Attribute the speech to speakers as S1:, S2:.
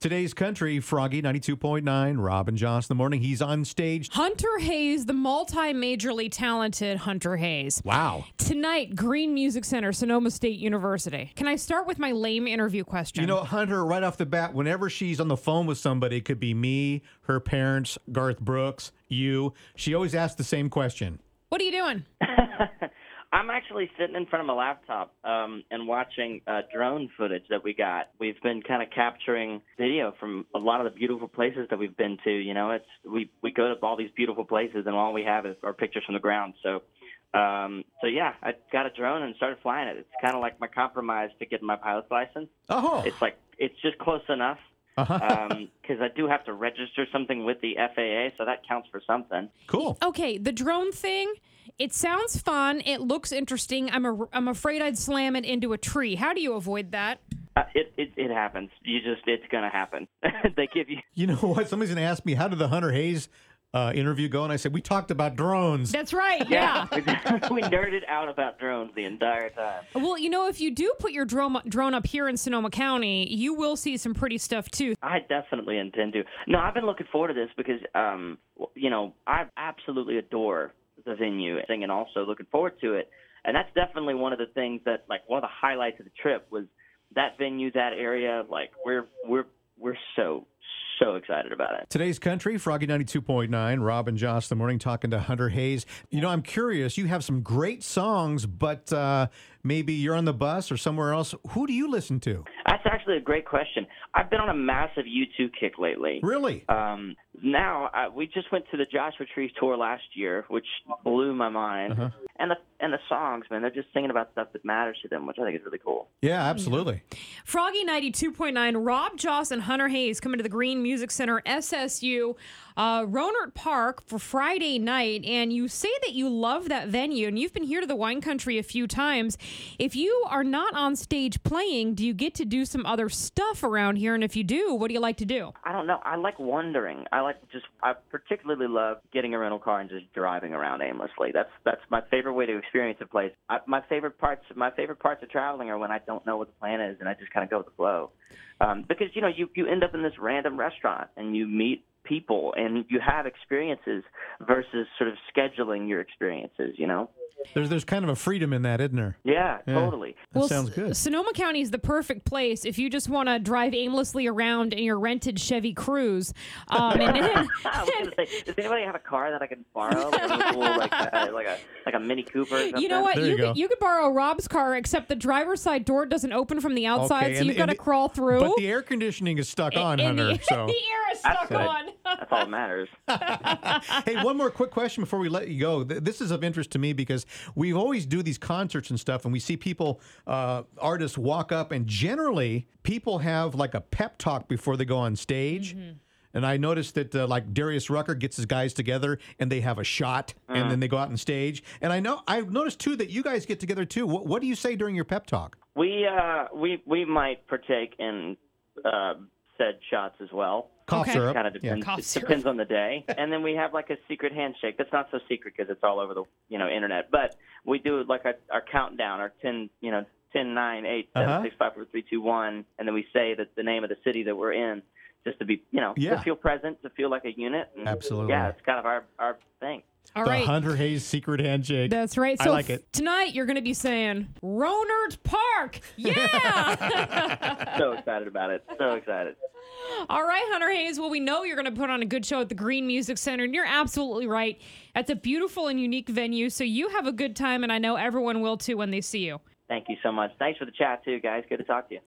S1: Today's country, Froggy 92.9, Robin Johnson. The morning he's on stage.
S2: Hunter Hayes, the multi-majorly talented Hunter Hayes.
S1: Wow.
S2: Tonight, Green Music Center, Sonoma State University. Can I start with my lame interview question?
S1: You know, Hunter, right off the bat, whenever she's on the phone with somebody, it could be me, her parents, Garth Brooks, you. She always asks the same question.
S2: what are you doing?
S3: I'm actually sitting in front of my laptop um, and watching uh, drone footage that we got. We've been kind of capturing video from a lot of the beautiful places that we've been to. You know, it's we we go to all these beautiful places and all we have is are pictures from the ground. So, um, so yeah, I got a drone and started flying it. It's kind of like my compromise to get my pilot's license.
S1: Oh,
S3: It's like it's just close enough because I do have to register something with the FAA, so that counts for something.
S1: cool.
S2: Okay, the drone thing. It sounds fun. It looks interesting. I'm a, I'm afraid I'd slam it into a tree. How do you avoid that?
S3: Uh, it, it it happens. You just it's gonna happen. they give you
S1: You know what? Somebody's going to ask me, how did the Hunter Hayes uh, interview go? And I said, we talked about drones.
S2: That's right. Yeah.
S3: we nerded out about drones the entire time.
S2: well, you know, if you do put your drone drone up here in Sonoma County, you will see some pretty stuff too.
S3: I definitely intend to. No, I've been looking forward to this because, um, w- you know, I absolutely adore the venue thing and also looking forward to it. And that's definitely one of the things that, like, one of the highlights of the trip was that venue, that area. Like, we're we're we're so so excited about it.
S1: Today's country, Froggy 92.9, Robin Joss, the morning talking to Hunter Hayes. You know, I'm curious, you have some great songs, but uh, maybe you're on the bus or somewhere else. Who do you listen to?
S3: That's actually a great question. I've been on a massive U2 kick lately.
S1: Really?
S2: Uh,
S3: Um, now I, we just went to the Joshua Tree tour last year, which blew my mind. And the and the songs, man, they're just singing about stuff that matters to them, which I think is really cool.
S1: Yeah, absolutely.
S2: Froggy 92.9, Rob Joss and Hunter Hayes coming to the Green Music Center, SSU, uh, Roanert Park for Friday night. And you say that you love that venue and you've been here to the wine country a few times. If you are not on stage playing, do you get to do some other stuff around here? And if you do, what do you like to do?
S3: I don't know. I like wandering. I like just. I particularly love getting a rental car and just driving around aimlessly. That's that's my favorite way to experience a place. I, my favorite parts. My favorite parts of traveling are when I don't know what the plan is and I just kind of go with the flow. Um, because you know you you end up in this random restaurant and you meet people and you have experiences versus sort of scheduling your experiences. You know.
S1: There's, there's kind of a freedom in that, isn't there?
S3: Yeah,
S1: Yeah.
S3: totally.
S1: That
S2: Well,
S1: sounds
S2: S-
S1: good.
S2: Sonoma County is the perfect place if you just want to drive aimlessly around in your rented Chevy Cruise. Um, and then,
S3: Ah, I was gonna say, does anybody have a car that I can borrow? Like a, little, like, uh, like a like a Mini Cooper. Or something?
S2: You know what?
S1: There
S2: You,
S1: you go.
S2: could, you could borrow Rob's car, except the driver's side door doesn't open from the outside,
S1: Okay,
S2: so
S1: and-
S2: you've got to
S1: and-
S2: crawl through.
S1: But the air conditioning is stuck on,
S2: and
S1: Hunter.
S2: the,
S1: so,
S2: the air is stuck
S3: That's
S2: on.
S3: good. That's all that matters.
S1: hey, one more quick question before we let you go. Th- This is of interest to me because we always do these concerts and stuff, and we see people, uh, artists walk up, and generally people have like a pep talk before they go on stage.
S2: Mm-hmm.
S1: And I noticed that uh, like Darius Rucker gets his guys together and they have a shot
S2: Mm.
S1: and then they go out on stage. And I know I noticed too that you guys get together too. What, what do you say during your pep talk?
S3: We uh we we might partake in uh, said shots as well.
S1: Cough
S2: Okay.
S1: syrup.
S3: Kind of
S1: Yeah.
S3: depends.
S2: Cough
S3: it
S2: syrup.
S3: depends on the day. And then we have like a secret handshake. That's not so secret because it's all over the you know internet. But we do like our, our countdown, our ten you know ten nine eight
S1: Uh-huh.
S3: seven six five four three two one, and then we say that the name of the city that we're in, just to be you know
S1: Yeah.
S3: to feel present, to feel like a unit. And
S1: Absolutely.
S3: Yeah, it's kind of our our thing.
S2: All
S1: the
S2: right.
S1: Hunter Hayes secret handshake.
S2: That's right.
S1: I
S2: So
S1: like it.
S2: tonight you're going to be saying Ronert Park. Yeah.
S3: So excited about it. So excited.
S2: All right, Hunter Hayes. Well, we know you're going to put on a good show at the Green Music Center, and you're absolutely right. That's a beautiful and unique venue, so you have a good time, and I know everyone will too when they see you.
S3: Thank you so much. Thanks for the chat too, guys. Good to talk to you.